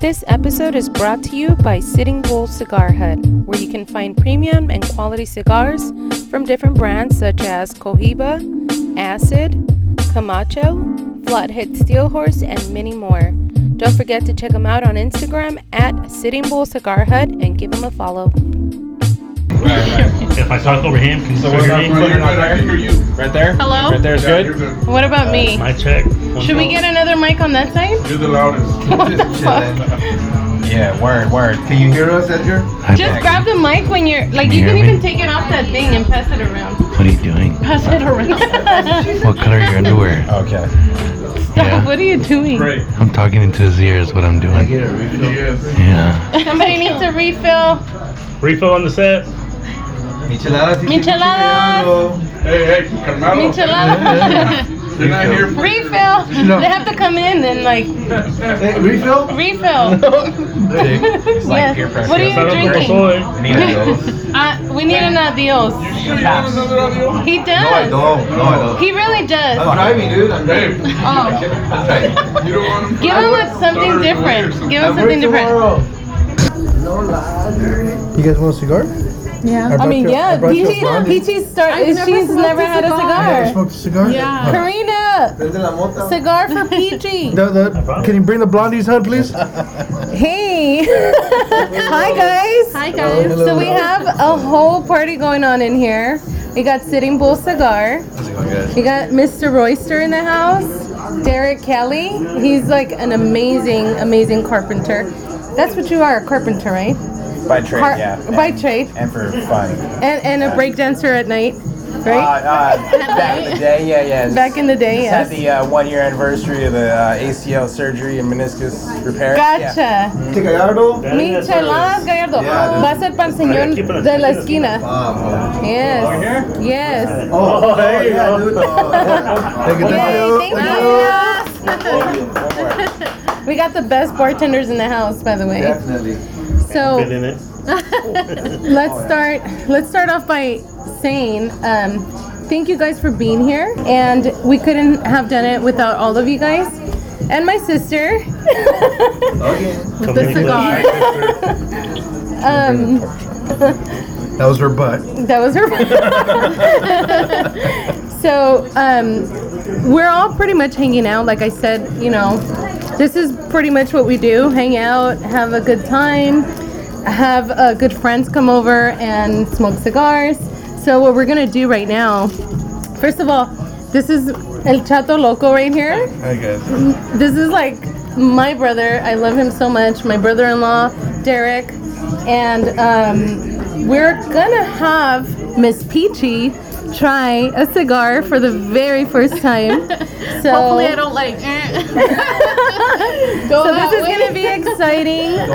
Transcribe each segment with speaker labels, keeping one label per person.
Speaker 1: This episode is brought to you by Sitting Bull Cigar Hut, where you can find premium and quality cigars from different brands such as Cohiba, Acid, Camacho, Flathead Steel Horse, and many more. Don't forget to check them out on Instagram at Sitting Bull Cigar Hut and give them a follow.
Speaker 2: If I talk over him, can
Speaker 3: So
Speaker 2: someone
Speaker 3: we're
Speaker 2: hear
Speaker 3: not,
Speaker 2: me?
Speaker 3: we're not, I can hear you.
Speaker 4: Right there?
Speaker 5: Hello?
Speaker 4: Right there is
Speaker 3: Yeah,
Speaker 4: good?
Speaker 3: You're the,
Speaker 5: What about me?
Speaker 2: My check.
Speaker 6: Uh,
Speaker 2: One,
Speaker 5: Should we
Speaker 2: two.
Speaker 5: get another mic on that side?
Speaker 3: you're the loudest.
Speaker 5: What the fuck?
Speaker 4: Yeah, word, word.
Speaker 3: Can you hear us, Edgar?
Speaker 5: Just grab the mic when you're like
Speaker 6: Can
Speaker 5: you
Speaker 6: you
Speaker 5: can
Speaker 6: hear me?
Speaker 5: even take it off that thing and pass it around.
Speaker 6: What are you doing?
Speaker 5: Pass it around.
Speaker 6: What color are your underwear?
Speaker 4: Okay.
Speaker 5: Stop,
Speaker 6: Yeah.
Speaker 5: what are you doing?
Speaker 3: Great.
Speaker 6: I'm talking into his ear is what I'm doing.
Speaker 3: Yes.
Speaker 6: Yeah.
Speaker 5: Somebody needs a refill.
Speaker 2: Refill on the set.
Speaker 5: Micheladas.
Speaker 3: Hey, hey, Carmelo.
Speaker 5: Micheladas.
Speaker 3: You're not here for
Speaker 5: refill. They have to come in and like
Speaker 3: refill?
Speaker 5: refill.
Speaker 4: It's like peer
Speaker 5: yes.
Speaker 4: pressure.
Speaker 5: What are you
Speaker 2: Shout out to my
Speaker 5: drinking?
Speaker 2: boy.
Speaker 4: Need a
Speaker 5: Uh, we need an adios.
Speaker 3: You sure you want another audio?
Speaker 5: He does. He really does.
Speaker 7: driving, dude. I'm
Speaker 3: Hey,
Speaker 5: Oh.
Speaker 3: you don't want him.
Speaker 5: Give him like something different. Give him something different.
Speaker 7: You guys want a cigar?
Speaker 8: Yeah.
Speaker 7: I, mean, yeah.
Speaker 8: Peachy-
Speaker 5: Peachy's start.
Speaker 8: I've never she's smoked never a had a cigar.
Speaker 7: Smoked a cigar? Oh.
Speaker 8: Yeah.
Speaker 5: Karina,
Speaker 7: The,
Speaker 5: cigar for Peachy.
Speaker 7: the, can you bring the blondies out, please?
Speaker 5: hey, hi guys.
Speaker 8: Hi guys.
Speaker 5: So we have a whole party going on in here. We got Sitting Bull Cigar. We got Mr. Royster in the house. Derek Kelly. He's like an amazing, amazing carpenter. That's what you are, a carpenter, right?
Speaker 4: By trade,
Speaker 5: Car-
Speaker 4: yeah.
Speaker 5: By trade,
Speaker 4: And for fun.
Speaker 5: and and a breakdancer at night,
Speaker 4: Uh,
Speaker 5: right?
Speaker 4: uh, back in the day, yeah, yeah.
Speaker 5: Back in the day,
Speaker 4: Just
Speaker 5: yes.
Speaker 4: had the uh, one year anniversary of the uh, ACL surgery and meniscus repair.
Speaker 5: Gotcha.
Speaker 4: Yeah.
Speaker 7: Gallardo.
Speaker 5: Micheladas Gallardo.
Speaker 7: Yeah,
Speaker 5: Va a ser para el señor
Speaker 2: Keep it
Speaker 5: de la
Speaker 2: up.
Speaker 5: esquina.
Speaker 7: Oh,
Speaker 5: Yes. Yes.
Speaker 7: oh, hey, yeah, dude.
Speaker 5: Yay,
Speaker 7: Oh,
Speaker 5: thank you. We got the best bartenders in the house, by the way.
Speaker 7: Definitely.
Speaker 2: Been
Speaker 5: So
Speaker 2: in it.
Speaker 5: let's start. Let's start off by saying um, thank you guys for being here, and we couldn't have done it without all of you guys and my sister. Oh,
Speaker 2: Come
Speaker 5: the
Speaker 2: in,
Speaker 5: cigar.
Speaker 2: please.
Speaker 5: um,
Speaker 7: That was her butt.
Speaker 5: That was her. so um, we're all pretty much hanging out. Like I said, you know, this is pretty much what we do: hang out, have a good time, have uh, good friends come over and smoke cigars. So what we're gonna do right now, first of all, this is El Chato Loco right here.
Speaker 7: Hey, guys.
Speaker 5: This is like my brother. I love him so much. My brother-in-law, Derek, and um, we're gonna have Miss Peachy try a cigar for the very first time. So
Speaker 8: Hopefully I don't like. eh.
Speaker 5: so
Speaker 8: that
Speaker 5: this is
Speaker 8: way.
Speaker 5: gonna be exciting,
Speaker 7: no.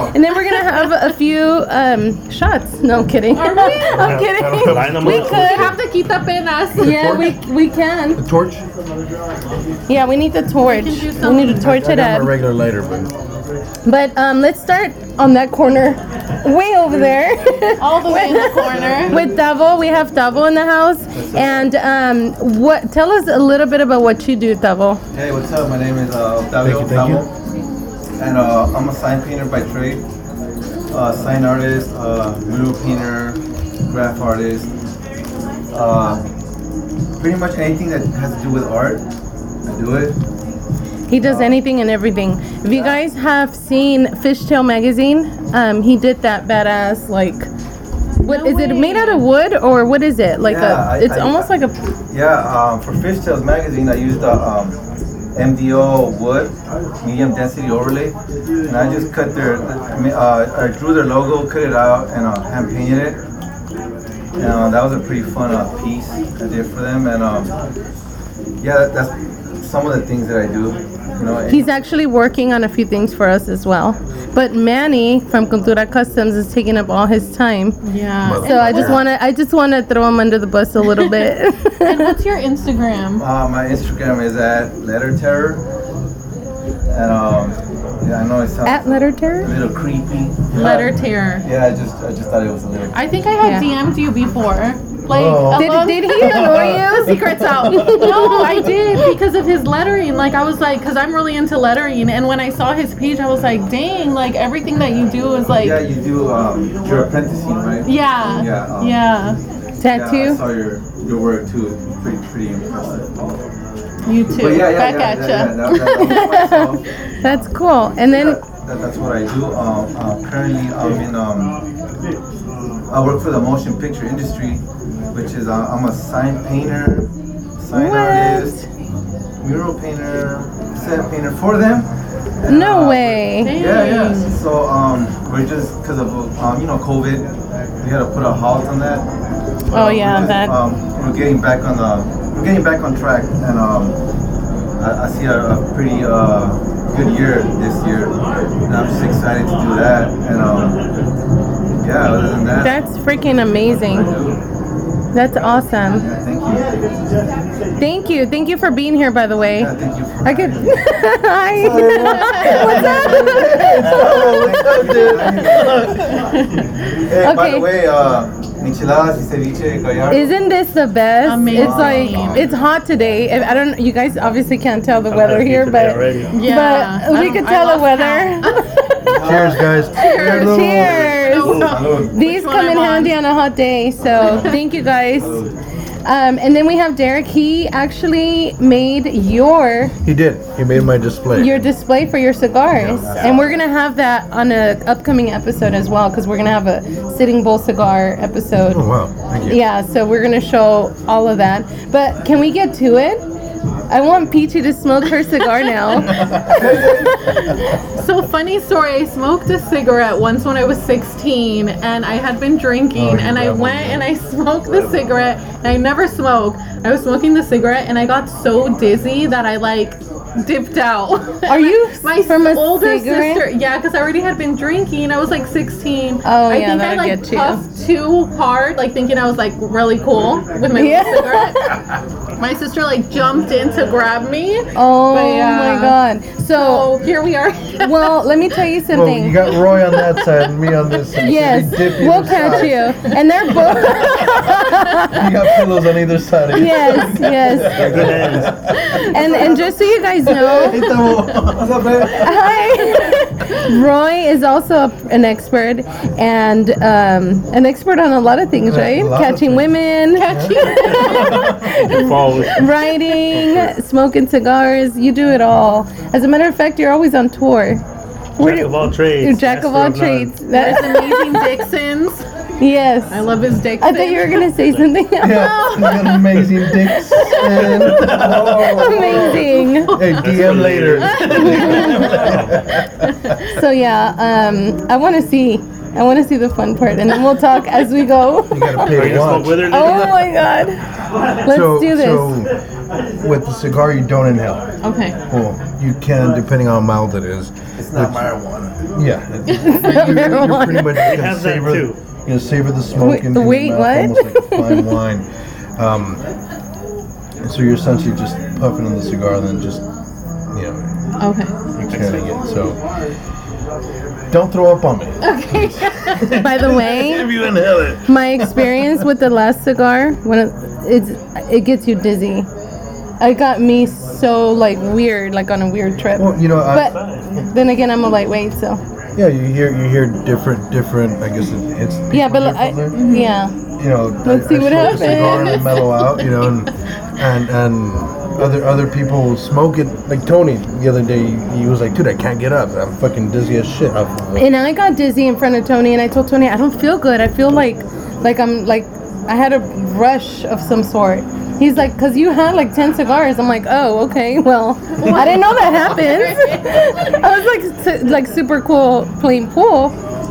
Speaker 5: um, and then we're gonna have a few um, shots. No I'm kidding.
Speaker 8: Are we?
Speaker 5: I'm kidding.
Speaker 2: Line 'em
Speaker 5: We
Speaker 2: up.
Speaker 5: could
Speaker 8: have to keep up in us.
Speaker 5: Yeah, we we can.
Speaker 7: The torch?
Speaker 5: Yeah, we need the torch.
Speaker 8: do
Speaker 5: We
Speaker 8: something.
Speaker 5: need to torch
Speaker 7: I
Speaker 5: it
Speaker 7: got
Speaker 5: up.
Speaker 7: my regular lighter, but
Speaker 5: But um, let's start on that corner, way over there.
Speaker 8: All the way in the corner.
Speaker 5: With Davo, we have Davo in the house, and um, what? Tell us a little bit about what you do, Davo.
Speaker 9: Hey, what's up? My name is uh, Octavio
Speaker 7: Thank you, thank you.
Speaker 9: Octavo, and uh, I'm a sign painter by trade, uh, sign artist, uh, mural painter, graph artist, uh, pretty much anything that has to do with art, I do it.
Speaker 5: He does anything and everything. If you guys have seen Fishtail magazine, um, he did that badass like. What
Speaker 8: No
Speaker 5: is it
Speaker 8: way.
Speaker 5: made out of wood or what is it like
Speaker 9: Yeah, I-
Speaker 5: a? It's
Speaker 9: I-
Speaker 5: almost like a.
Speaker 9: Yeah, um, for Fishtails magazine, I used the um, MDO wood, medium density overlay, and I just cut their, uh, I drew their logo, cut it out, and uh, hand painted it. And uh, that was a pretty fun uh, piece I did for them, and um, yeah, that, that's some of the things that I do. You know, and
Speaker 5: He's actually working on a few things for us as well. But Manny from Cultura Customs is taking up all his time.
Speaker 8: Yeah.
Speaker 5: So I just want to I just want to throw him under the bus a little bit.
Speaker 8: And what's your Instagram?
Speaker 9: uh, my Instagram is at Letter Terror, and um, yeah, I know it
Speaker 5: At
Speaker 9: sounds
Speaker 5: letter
Speaker 9: a
Speaker 5: terror.
Speaker 9: little creepy.
Speaker 8: Letter Terror.
Speaker 9: Yeah, I just I just thought it was a little.
Speaker 8: I think I had
Speaker 5: Yeah.
Speaker 8: DM'd you before. Like
Speaker 7: Oh.
Speaker 8: a long-
Speaker 5: Did, did he annoy you? Secrets out.
Speaker 8: no, I did because of his lettering. Like I was like, because I'm really into lettering, and when I saw his page, I was like, dang, like everything that you do is like,
Speaker 9: Yeah,
Speaker 8: yeah,
Speaker 9: you do um, your apprenticing, right?
Speaker 8: yeah,
Speaker 9: Yeah, um, Yeah, I
Speaker 5: Tattoo.
Speaker 9: saw your, your work too. It's Pretty, pretty impressive.
Speaker 8: You too.
Speaker 9: But yeah, yeah,
Speaker 8: Back
Speaker 9: yeah, yeah,
Speaker 8: at
Speaker 9: yeah,
Speaker 8: ya.
Speaker 9: that- that- that was myself.
Speaker 5: That's cool. And then
Speaker 9: That- that- that's what I do. Um, uh, currently, I'm in. Um, I work for the motion picture industry, which is uh, I'm a sign painter, sign
Speaker 5: What?
Speaker 9: artist, mural painter, set painter for them. And,
Speaker 5: no
Speaker 9: uh,
Speaker 5: way.
Speaker 8: Dang.
Speaker 9: Yeah, yeah. So um, we're just because of um, you know COVID, we had to put a halt on that.
Speaker 5: Oh yeah,
Speaker 9: We're just,
Speaker 5: that.
Speaker 9: Um, we're getting back on the. We're getting back on track, and um, I, I see a, a pretty uh, good year this year, and I'm just excited to do that. And um, yeah, other than that,
Speaker 5: That's freaking amazing. That's awesome.
Speaker 9: yeah, thank you.
Speaker 5: Thank you. Thank you for being here, by the way.
Speaker 9: Yeah, thank you. For
Speaker 5: I could. Hi. What's
Speaker 9: Hey, by the
Speaker 5: Okay.
Speaker 9: way, uh, enchiladas y ceviche de
Speaker 5: up?
Speaker 9: Gallardo.
Speaker 5: Isn't this the best?
Speaker 8: Amazing.
Speaker 5: It's like it's hot today. And I don't. You guys obviously can't tell the weather here, but
Speaker 8: Yeah.
Speaker 5: but
Speaker 8: I
Speaker 5: we
Speaker 8: don't-
Speaker 5: could
Speaker 8: I
Speaker 5: tell the
Speaker 8: lost
Speaker 5: weather.
Speaker 7: Cheers, guys. Cheers.
Speaker 5: Cheers.
Speaker 9: Salud.
Speaker 5: These
Speaker 8: one Oh.
Speaker 5: come in
Speaker 8: I'm on?
Speaker 5: handy on a hot day, so thank you guys. Um, and then we have Derek. He actually made your
Speaker 7: He did. He made my display.
Speaker 5: your display for your cigars, and we're gonna have that on a upcoming episode as well, because we're gonna have a sitting bull cigar episode.
Speaker 7: oh wow. Thank you.
Speaker 5: Yeah, so we're gonna show all of that. But can we get to it? I want Peachy to smoke her cigar now.
Speaker 8: So funny story. I smoked a cigarette once when I was 16, and I had been drinking, and I went and I smoked the cigarette, and I never smoke. I was smoking the cigarette, and I got so dizzy that I like dipped out.
Speaker 5: Are you
Speaker 8: My
Speaker 5: from a
Speaker 8: older
Speaker 5: cigarette?
Speaker 8: sister, yeah, because I already had been drinking. I was like 16.
Speaker 5: Oh,
Speaker 8: I
Speaker 5: yeah,
Speaker 8: think I
Speaker 5: that'll
Speaker 8: like
Speaker 5: get you.
Speaker 8: puffed too hard, like thinking I was like really cool with my
Speaker 5: Yeah.
Speaker 8: little cigarette. My sister like jumped in to grab me.
Speaker 5: Oh
Speaker 8: But, yeah.
Speaker 5: my god!
Speaker 8: So
Speaker 5: So,
Speaker 8: here we are.
Speaker 5: well, let me tell you
Speaker 7: Well,
Speaker 5: something.
Speaker 7: you got Roy on that side and me on this side. so
Speaker 5: Yes,
Speaker 7: we dip
Speaker 5: we'll
Speaker 7: either
Speaker 5: catch
Speaker 7: side.
Speaker 5: you. And they're both.
Speaker 7: You got pillows on either side. Of you.
Speaker 5: yes, yes.
Speaker 2: Good hands.
Speaker 5: And and just so you guys know,
Speaker 9: What's up, man?
Speaker 5: hi. Roy is also a, an expert and um, an expert on a lot of things, right?
Speaker 7: A lot of
Speaker 5: Catching
Speaker 7: things.
Speaker 5: women,
Speaker 2: Fall.
Speaker 5: writing, smoking cigars. You do it all. As a matter of fact, you're always on tour. Where
Speaker 2: Jack
Speaker 5: do-
Speaker 2: of all trades.
Speaker 5: you're jack of
Speaker 2: master
Speaker 5: all
Speaker 2: none.
Speaker 5: trades. That,
Speaker 8: Amazing Dixon's.
Speaker 5: yes.
Speaker 8: I love his Dixon.
Speaker 5: I thought you were gonna say something else.
Speaker 7: Yeah, you got amazing dicks. And, oh.
Speaker 5: Amazing.
Speaker 7: Hey,
Speaker 2: That's
Speaker 7: DM
Speaker 2: for
Speaker 7: later.
Speaker 5: So yeah, um, I want to see. I want to see the fun part, and then we'll talk as we go.
Speaker 7: You gotta
Speaker 2: Are
Speaker 7: pay
Speaker 2: you
Speaker 7: to
Speaker 2: gonna smoke with
Speaker 7: watch.
Speaker 2: her?
Speaker 5: Oh my god! Let's
Speaker 7: so,
Speaker 5: do this.
Speaker 7: so, with the cigar, you don't inhale.
Speaker 8: Okay.
Speaker 7: Well, you can, depending on how mild it is.
Speaker 9: It's not marijuana.
Speaker 7: Yeah. you're, you're pretty much
Speaker 2: They
Speaker 7: gonna
Speaker 2: have that
Speaker 7: savor,
Speaker 2: too.
Speaker 7: you're gonna savor the smoke
Speaker 5: Wait-
Speaker 7: in, in
Speaker 5: wait,
Speaker 7: your
Speaker 5: what?
Speaker 7: mouth, almost like fine wine. Um, and so you're essentially just puffing on the cigar, and then just you know
Speaker 8: Okay.
Speaker 7: exhaling it. So don't throw up on me.
Speaker 5: By the way,
Speaker 7: If you inhale it,
Speaker 5: my experience with the last cigar, when it, it's it gets you dizzy. It got me so like weird, like on a weird trip.
Speaker 7: well, you know,
Speaker 5: But
Speaker 7: I,
Speaker 5: then again, I'm a lightweight, so
Speaker 7: yeah, you hear you hear different different. I guess it hits.
Speaker 5: yeah.
Speaker 7: people
Speaker 5: But I,
Speaker 7: differently.
Speaker 5: yeah,
Speaker 7: you know,
Speaker 5: Let's
Speaker 7: I-
Speaker 5: see
Speaker 7: I
Speaker 5: what
Speaker 7: smoke a cigar
Speaker 5: happens.
Speaker 7: and I mellow out, you know, and and and other other people will smoke it. Like Tony the other day, he was like, "Dude, I can't get up. I'm fucking dizzy as shit." I'm like,
Speaker 5: and I got dizzy in front of Tony, and I told Tony I don't feel good. I feel like like I'm like I had a rush of some sort. He's like, cause you had like ten cigars. I'm like, oh, okay, well, I didn't know that happened. I was like, su- like super cool playing pool,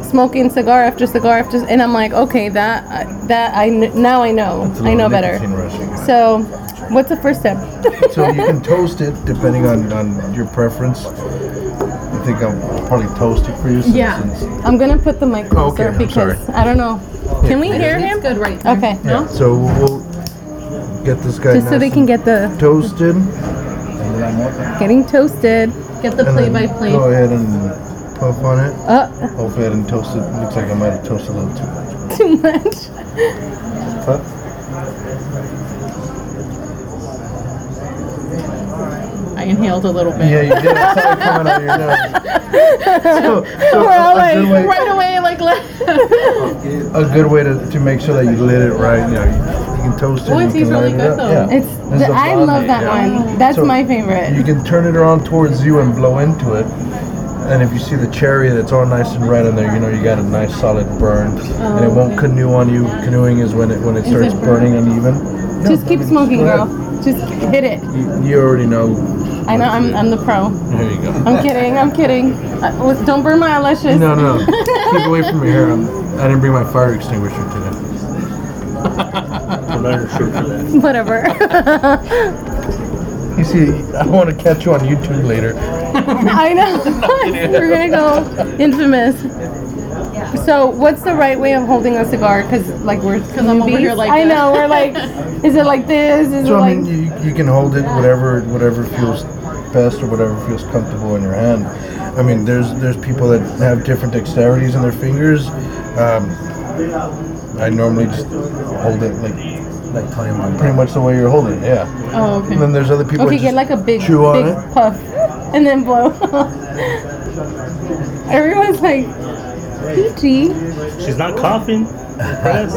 Speaker 5: smoking cigar after cigar after, and I'm like, okay, that uh, that I kn- now I know,
Speaker 7: "It's a
Speaker 5: I know
Speaker 7: little
Speaker 5: better.
Speaker 7: nicotine rush."
Speaker 5: So, what's the first step?
Speaker 7: So you can toast it depending on on your preference. I think I'll probably toast it for you. Since,
Speaker 8: Yeah.
Speaker 7: since-
Speaker 5: I'm gonna put the mic
Speaker 7: Oh,
Speaker 5: closer
Speaker 7: okay, I'm sorry.
Speaker 5: because I don't know. Can we hear him?
Speaker 8: It's good right there.
Speaker 5: Okay.
Speaker 7: yeah. So we'll get this guy
Speaker 5: Just so they
Speaker 7: nice
Speaker 5: can
Speaker 7: and
Speaker 5: get the
Speaker 7: toasted.
Speaker 5: getting toasted.
Speaker 8: Get the
Speaker 7: and
Speaker 8: play
Speaker 7: then
Speaker 8: by play.
Speaker 7: Go ahead and puff on it.
Speaker 5: Uh,
Speaker 7: Hopefully, I didn't toast it. Looks like I might have toasted a little too much.
Speaker 5: too much.
Speaker 7: Puff.
Speaker 8: I inhaled a little bit.
Speaker 7: Yeah, you did. I saw it coming out of your nose. So, so
Speaker 5: We're all
Speaker 7: a, good way,
Speaker 8: right away, like.
Speaker 7: a good way to, to make sure that you lit it right. You know, you, you can toast it.
Speaker 8: Oh, it
Speaker 7: you
Speaker 8: tastes
Speaker 7: can
Speaker 8: really
Speaker 7: light
Speaker 8: good,
Speaker 7: it up.
Speaker 8: though.
Speaker 7: Yeah.
Speaker 5: It's
Speaker 7: This
Speaker 5: the,
Speaker 7: is a
Speaker 5: I love
Speaker 7: blondie,
Speaker 5: that
Speaker 7: yeah.
Speaker 5: one. That's
Speaker 7: So,
Speaker 5: my favorite.
Speaker 7: You can turn it around towards you and blow into it. And if you see the cherry that's all nice and red in there, you know you got a nice solid burn, and it won't canoe on you. Canoeing is when it when it starts burning uneven. No,
Speaker 5: Just keep
Speaker 7: I mean,
Speaker 5: smoking,
Speaker 7: go
Speaker 5: girl.
Speaker 7: ahead.
Speaker 5: Just hit it.
Speaker 7: You, you already know.
Speaker 5: I know I'm, I'm the pro.
Speaker 7: There you go.
Speaker 5: I'm kidding. I'm kidding. Uh, with- don't burn my eyelashes.
Speaker 7: No, no, keep away from your hair. I'm, I didn't bring my fire extinguisher today.
Speaker 2: I'm not even sure for that.
Speaker 5: Whatever.
Speaker 7: You see, I want to catch you on YouTube later.
Speaker 5: I know. We're gonna go infamous. So, what's the right way of holding a cigar? Because like we're because
Speaker 8: I'm over here like
Speaker 5: I
Speaker 8: this.
Speaker 5: know. We're like, is it like this? Is it
Speaker 7: So I
Speaker 5: like?
Speaker 7: mean, you, you can hold it whatever whatever feels best or whatever feels comfortable in your hand. I mean, there's there's people that have different dexterities in their fingers. Um, I normally just hold it like like pretty much the way you're holding it. Yeah.
Speaker 8: Oh, okay.
Speaker 7: And then there's other people.
Speaker 5: okay,
Speaker 7: that
Speaker 5: get
Speaker 7: just
Speaker 5: like a big,
Speaker 7: chew on
Speaker 5: big
Speaker 7: it.
Speaker 5: puff, and then blow. Everyone's like, PG.
Speaker 2: She's not coughing. Impressed.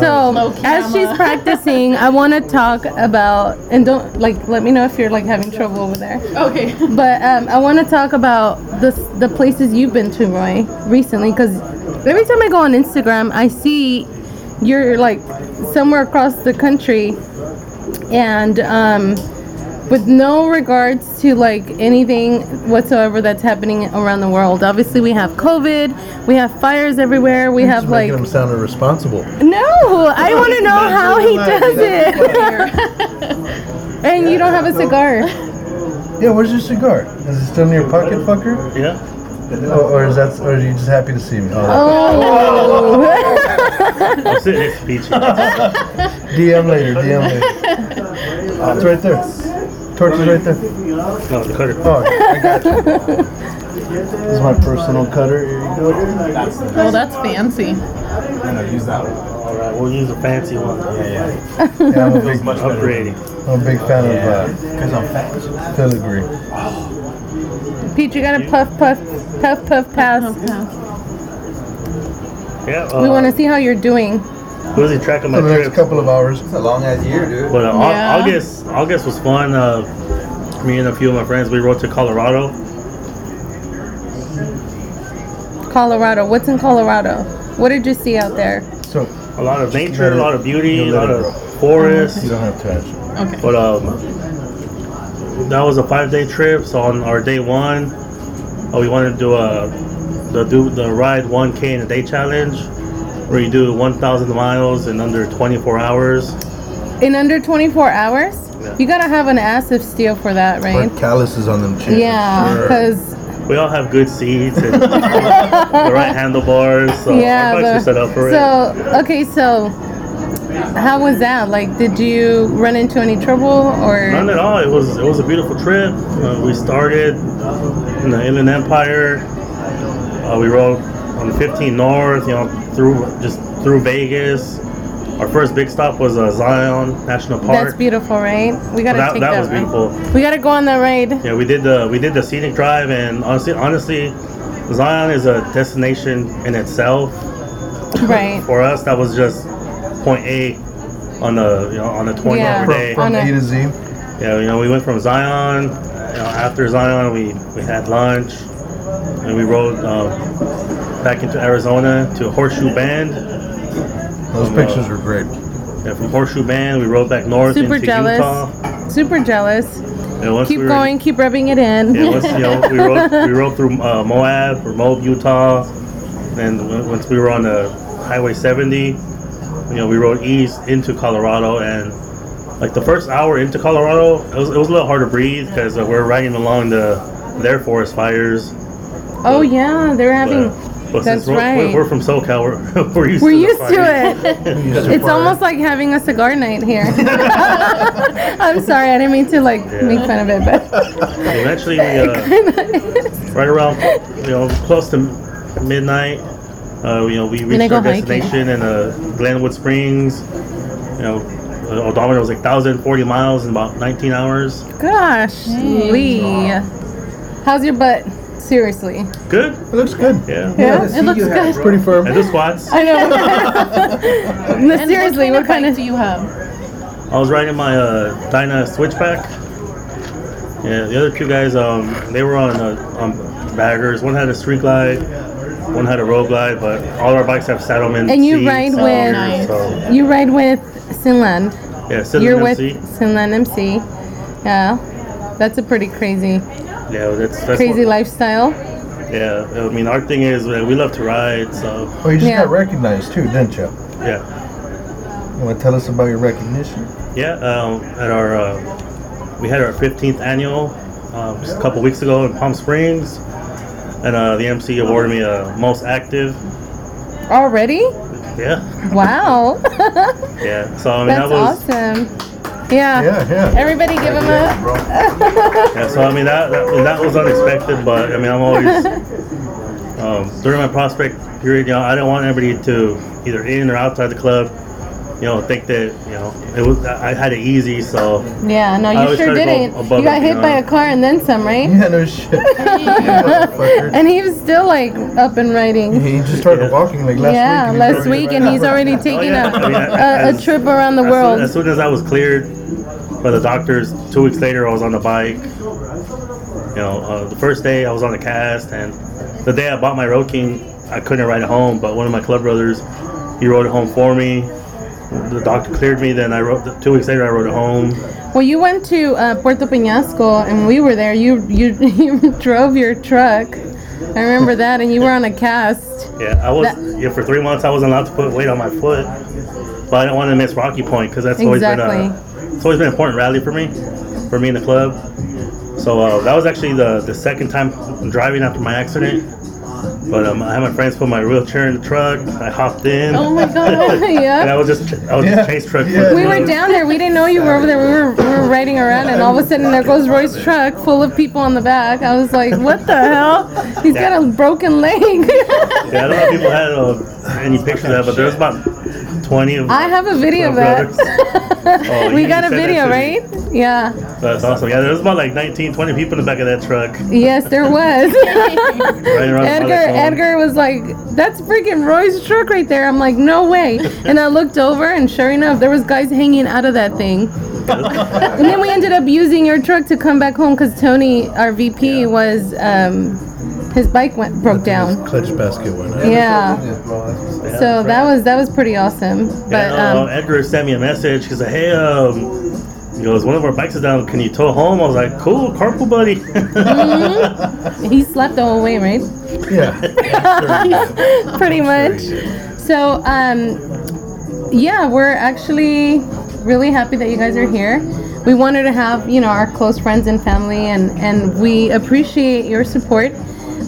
Speaker 5: So as she's practicing, I want to talk about and don't like let me know if you're like having trouble over there.
Speaker 8: Okay.
Speaker 5: But um, I want to talk about the the places you've been to, Roy, recently, because every time I go on Instagram, I see you're like somewhere across the country, and um, with no regards to like anything whatsoever that's happening around the world. Obviously, we have COVID, we have fires everywhere, we
Speaker 7: Just
Speaker 5: have
Speaker 7: making
Speaker 5: like
Speaker 7: them sound irresponsible.
Speaker 5: no, I want to know how he
Speaker 7: relax.
Speaker 5: does it. and you don't have a cigar.
Speaker 7: Yeah, where's your cigar? Is it still in your pocket, fucker?
Speaker 2: Yeah.
Speaker 7: Or, or is that? Or are you just happy to see me? Oh,
Speaker 5: Oh.
Speaker 2: I'm sitting here speechless.
Speaker 7: DM later. DM later. Oh, it's right there. Torch is right there.
Speaker 2: No, the cutter.
Speaker 7: Oh, I got you. This is my personal cutter. Here you go.
Speaker 8: Oh, that's fancy.
Speaker 9: I know, use that one.
Speaker 2: All right, we'll use a fancy one.
Speaker 9: Yeah,
Speaker 7: Yeah, I'm a big,
Speaker 9: much-
Speaker 2: Upgrading.
Speaker 7: I'm a big fan of
Speaker 9: Because I'm fat.
Speaker 7: uh, filigree.
Speaker 5: Pete, you gotta puff, puff, puff, puff, pass.
Speaker 8: Okay.
Speaker 2: Yeah. Uh,
Speaker 5: We want to see how you're doing.
Speaker 2: losing track of my
Speaker 7: For the next
Speaker 2: trip.
Speaker 7: couple of hours.
Speaker 9: It's a long ass year, dude.
Speaker 2: But uh, Au-
Speaker 8: Yeah.
Speaker 2: August, August was fun. Uh, me and a few of my friends, we rode to Colorado.
Speaker 5: Colorado. What's in Colorado? What did you see out there?
Speaker 7: So
Speaker 2: A lot of nature,
Speaker 7: Let
Speaker 2: a
Speaker 7: it-
Speaker 2: lot of beauty,
Speaker 7: you
Speaker 2: a
Speaker 7: let
Speaker 2: lot
Speaker 7: it
Speaker 2: of forests.
Speaker 7: you don't have to answer.
Speaker 2: But um, that was a five-day trip. So on our day one, uh, we wanted to do a the do the ride 1K in a day challenge, where you do 1,000 miles in under 24 hours.
Speaker 5: In under 24 hours?
Speaker 2: Yeah.
Speaker 5: You gotta have an ass of steel for that, right?
Speaker 7: Burnt calluses on them chins.
Speaker 5: Yeah,
Speaker 7: Sure.
Speaker 5: because
Speaker 2: We all have good seats and the right handlebars. So
Speaker 5: yeah,
Speaker 2: our bikes
Speaker 5: but-
Speaker 2: were set up for it.
Speaker 5: so okay, so how was that? Like, did you run into any trouble or?
Speaker 2: None at all. It was it was a beautiful trip. Uh, we started in the Inland Empire. Uh, we rode on the 15 North, you know, through just through Vegas. Our first big stop was uh, Zion National Park.
Speaker 5: That's beautiful, right? We gotta
Speaker 2: That,
Speaker 5: take
Speaker 2: that,
Speaker 5: that.
Speaker 2: was
Speaker 5: ride.
Speaker 2: beautiful.
Speaker 5: We gotta go on that ride.
Speaker 2: Yeah, we did the we did the scenic drive, and honestly, honestly, Zion is a destination in itself.
Speaker 5: Right.
Speaker 2: For us, that was just point A on the you know, on the 20
Speaker 5: Yeah.
Speaker 2: hour
Speaker 5: Pro-
Speaker 2: day.
Speaker 5: pro-
Speaker 7: From
Speaker 5: On
Speaker 7: A
Speaker 5: a-
Speaker 7: to Z.
Speaker 2: Yeah, you know, we went from Zion. You know, after Zion, we, we had lunch, and we rode um, back into Arizona to Horseshoe Bend.
Speaker 7: Those
Speaker 2: From, uh,
Speaker 7: pictures were great.
Speaker 2: And from Horseshoe Bend, we rode back north
Speaker 5: Super
Speaker 2: into
Speaker 5: jealous.
Speaker 2: Utah.
Speaker 5: Super jealous.
Speaker 2: And once
Speaker 5: Keep
Speaker 2: we were-
Speaker 5: going. Keep rubbing it in.
Speaker 2: Yeah, once, you know, we rode we rode through uh, Moab or Moab, Utah, and w- once we were on the Highway 70, you know, we rode east into Colorado, and like the first hour into Colorado, it was, it was a little hard to breathe because uh, we're riding along the their forest fires.
Speaker 5: oh yeah, they're having.
Speaker 2: But, but
Speaker 5: that's
Speaker 2: since we're,
Speaker 5: right.
Speaker 2: We're, we're from SoCal. We're, we're used
Speaker 5: We're
Speaker 2: to the
Speaker 5: used
Speaker 2: fires.
Speaker 5: to it. It's almost like having a cigar night here. I'm sorry, I didn't mean to like
Speaker 2: Yeah.
Speaker 5: make fun of it, but
Speaker 2: Eventually, we, uh, right around you know close to midnight, Uh, you know, we
Speaker 10: I
Speaker 2: reached
Speaker 10: go
Speaker 2: our
Speaker 10: hiking.
Speaker 2: destination in uh, Glenwood Springs. You know, uh, odometer was like 1,040 miles in about 19 hours.
Speaker 10: Gosh, Lee. How's your butt? Seriously.
Speaker 2: Good.
Speaker 7: It looks good.
Speaker 2: Yeah.
Speaker 10: Yeah,
Speaker 11: Let's see
Speaker 10: it looks
Speaker 11: you have,
Speaker 10: good.
Speaker 11: bro.
Speaker 7: Pretty firm.
Speaker 2: I do squats.
Speaker 10: I know. no,
Speaker 8: And
Speaker 10: seriously, what kind
Speaker 8: bike
Speaker 10: of?
Speaker 8: do you have?
Speaker 2: I was riding my uh, Dyna Switchback. Yeah, the other two guys, um, they were on uh, on baggers. One had a street glide, one had a road glide, but all our bikes have saddlemen.
Speaker 10: And you
Speaker 2: seats,
Speaker 10: ride
Speaker 2: um,
Speaker 10: with-
Speaker 8: Nice.
Speaker 2: So,
Speaker 10: You ride with Sinland.
Speaker 2: yeah, sitting
Speaker 10: You're
Speaker 2: in
Speaker 10: with
Speaker 2: seat.
Speaker 10: Sinland MC. Yeah, that's a pretty crazy,
Speaker 2: Yeah, that's, that's
Speaker 10: crazy
Speaker 2: what-
Speaker 10: lifestyle.
Speaker 2: Yeah, I mean, our thing is uh, we love to ride, so
Speaker 7: Oh, you just
Speaker 10: Yeah.
Speaker 7: got recognized too, didn't you?
Speaker 2: yeah,
Speaker 7: You want to tell us about your recognition?
Speaker 2: yeah. Um, at our uh, we had our 15th annual um, just a couple weeks ago in Palm Springs, and uh, the MC awarded me uh, most active.
Speaker 10: Already?
Speaker 2: Yeah,
Speaker 10: Wow.
Speaker 2: yeah. So I mean, that
Speaker 10: that's
Speaker 2: was
Speaker 10: awesome. Yeah.
Speaker 7: Yeah, yeah.
Speaker 10: Uh, Everybody give him a.
Speaker 2: yeah. So I mean, that, that that was unexpected, but I mean, I'm always um, during my prospect period, you know, I didn't want anybody to either in or outside the club, you know, think that you know it was I I had it easy, so.
Speaker 10: Yeah, no,
Speaker 2: I
Speaker 10: you
Speaker 2: always try
Speaker 10: sure
Speaker 2: to go
Speaker 10: didn't.
Speaker 2: above
Speaker 10: You got
Speaker 2: and
Speaker 10: hit by a
Speaker 2: beyond.
Speaker 10: car and then some, right?
Speaker 7: Yeah, no shit. Motherfucker.
Speaker 10: and he was still like up and riding.
Speaker 7: He just started
Speaker 2: Yeah.
Speaker 7: walking like last
Speaker 10: yeah,
Speaker 7: week.
Speaker 10: last week, and he's already taking
Speaker 2: Oh, yeah. I mean,
Speaker 10: a, a, a
Speaker 2: as-
Speaker 10: trip around the
Speaker 2: As soon- As
Speaker 10: world.
Speaker 2: soon, as I was cleared by the doctors, two weeks later, I was on the bike. You know, uh, the first day I was on the cast, and the day I bought my Road King, I couldn't ride it home. But one of my club brothers, he rode it home for me. The doctor cleared me. Then I rode. Two weeks later, I rode it home.
Speaker 10: Well, you went to uh, Puerto Peñasco, and we were there. You you you drove your truck. I remember that, and you were on a cast.
Speaker 2: Yeah, I was.
Speaker 10: That-
Speaker 2: yeah, for three months I wasn't allowed to put weight on my foot, but I didn't want to miss Rocky Point because that's always been a,
Speaker 10: Exactly.
Speaker 2: it's always been an important rally for me, for me in the club. So uh, that was actually the the second time driving after my accident. But um, I had my friends put my wheelchair in the truck. I hopped in.
Speaker 8: Oh my god.
Speaker 2: And I
Speaker 10: yeah.
Speaker 2: was just I was
Speaker 7: Yeah.
Speaker 2: just chase truck.
Speaker 7: Yeah.
Speaker 10: We were down there. We didn't know you were over there. We were, we were riding around, and all of a sudden, there goes Roy's truck full of people on the back. I was like, "What the hell? He's got a broken leg."
Speaker 2: Yeah, I don't know if people had uh, any pictures of that, but there was about twenty of.
Speaker 10: I have a video of that.
Speaker 2: Oh,
Speaker 10: we
Speaker 2: you
Speaker 10: got a
Speaker 2: sent that
Speaker 10: video,
Speaker 2: to me.
Speaker 10: right? Yeah.
Speaker 2: That's awesome. Yeah, there was about like 19, 20 people in the back of that truck.
Speaker 10: Yes, there was.
Speaker 2: Right around by the
Speaker 10: Edgar
Speaker 2: phone.
Speaker 10: Edgar was like, "That's freaking Roy's truck right there." I'm like, "No way!" And I looked over, and sure enough, there was guys hanging out of that thing. and then we ended up using your truck to come back home because Tony, our VP, was um, his bike went broke down.
Speaker 7: Clutch basket went out.
Speaker 10: Yeah.
Speaker 2: Yeah,
Speaker 10: So
Speaker 2: right.
Speaker 10: that was that was pretty awesome. But
Speaker 2: yeah, uh,
Speaker 10: um,
Speaker 2: Edgar sent me a message. He's like, "Hey, um, he goes, one of our bikes is down. Can you tow home?" I was like, "Cool, carpool buddy."
Speaker 10: um, he slept the whole way, right?
Speaker 7: Yeah.
Speaker 10: pretty much. So, um, yeah, we're actually really happy that you guys are here. We wanted to have you know our close friends and family, and and we appreciate your support.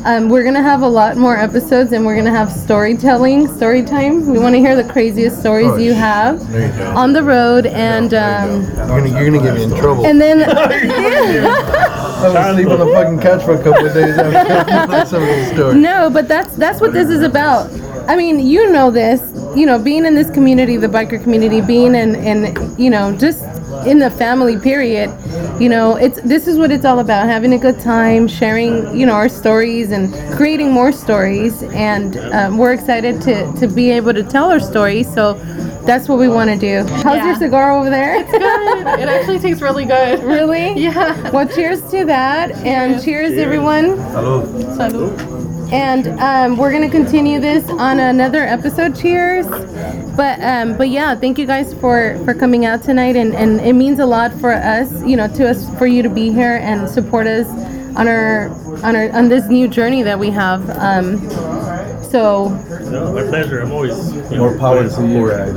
Speaker 10: Um, we're gonna have a lot more episodes, and we're gonna have storytelling, story time. We want to hear the craziest stories
Speaker 7: Oh,
Speaker 10: you
Speaker 7: sh-
Speaker 10: have
Speaker 7: There you go.
Speaker 10: on the road, and um,
Speaker 7: You're gonna, you're gonna get me in trouble.
Speaker 10: and then
Speaker 7: I was asleep on the fucking couch for a couple of days after I some of these stories.
Speaker 10: No, but that's that's what this is about. I mean, you know this. You know, being in this community, the biker community, being in, in you know, just in the family period, you know, it's this is what it's all about: having a good time, sharing, you know, our stories and creating more stories. And um, we're excited to to be able to tell our stories. So that's what we want to do. How's your
Speaker 8: Yeah.
Speaker 10: cigar over there?
Speaker 8: Good. It actually tastes really good.
Speaker 10: really?
Speaker 8: Yeah.
Speaker 10: Well, cheers to that, and cheers everyone.
Speaker 11: Salud.
Speaker 8: Salud.
Speaker 10: and um, we're gonna continue this on another episode. Cheers! But um, but yeah, thank you guys for for coming out tonight, and and it means a lot for us, you know, to us for you to be here and support us on our on our on this new journey that we have. Um, so
Speaker 2: no, my pleasure. I'm always you know,
Speaker 11: More power
Speaker 2: putting
Speaker 11: to you
Speaker 2: support.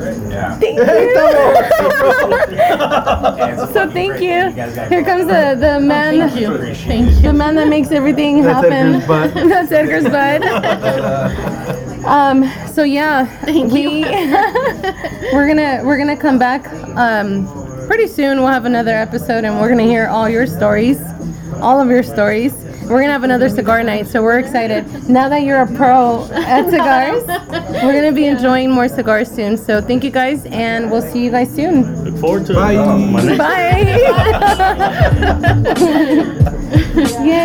Speaker 11: guys.
Speaker 10: so thank you. Here comes the the man.
Speaker 8: Thank you. Oh, Thank you.
Speaker 10: The man that makes everything
Speaker 7: That's
Speaker 10: happen.
Speaker 7: Edgar's butt.
Speaker 10: That's Edgar's butt. um, so yeah, we we're gonna we're gonna come back um, pretty soon. We'll have another episode, and we're gonna hear all your stories, all of your stories.
Speaker 5: we're gonna have another cigar night, so we're excited. Now that you're a pro at cigars, we're gonna be enjoying more cigars soon. So thank you guys, and we'll see you guys soon.
Speaker 2: Look forward to it. My next
Speaker 5: Bye. Yay.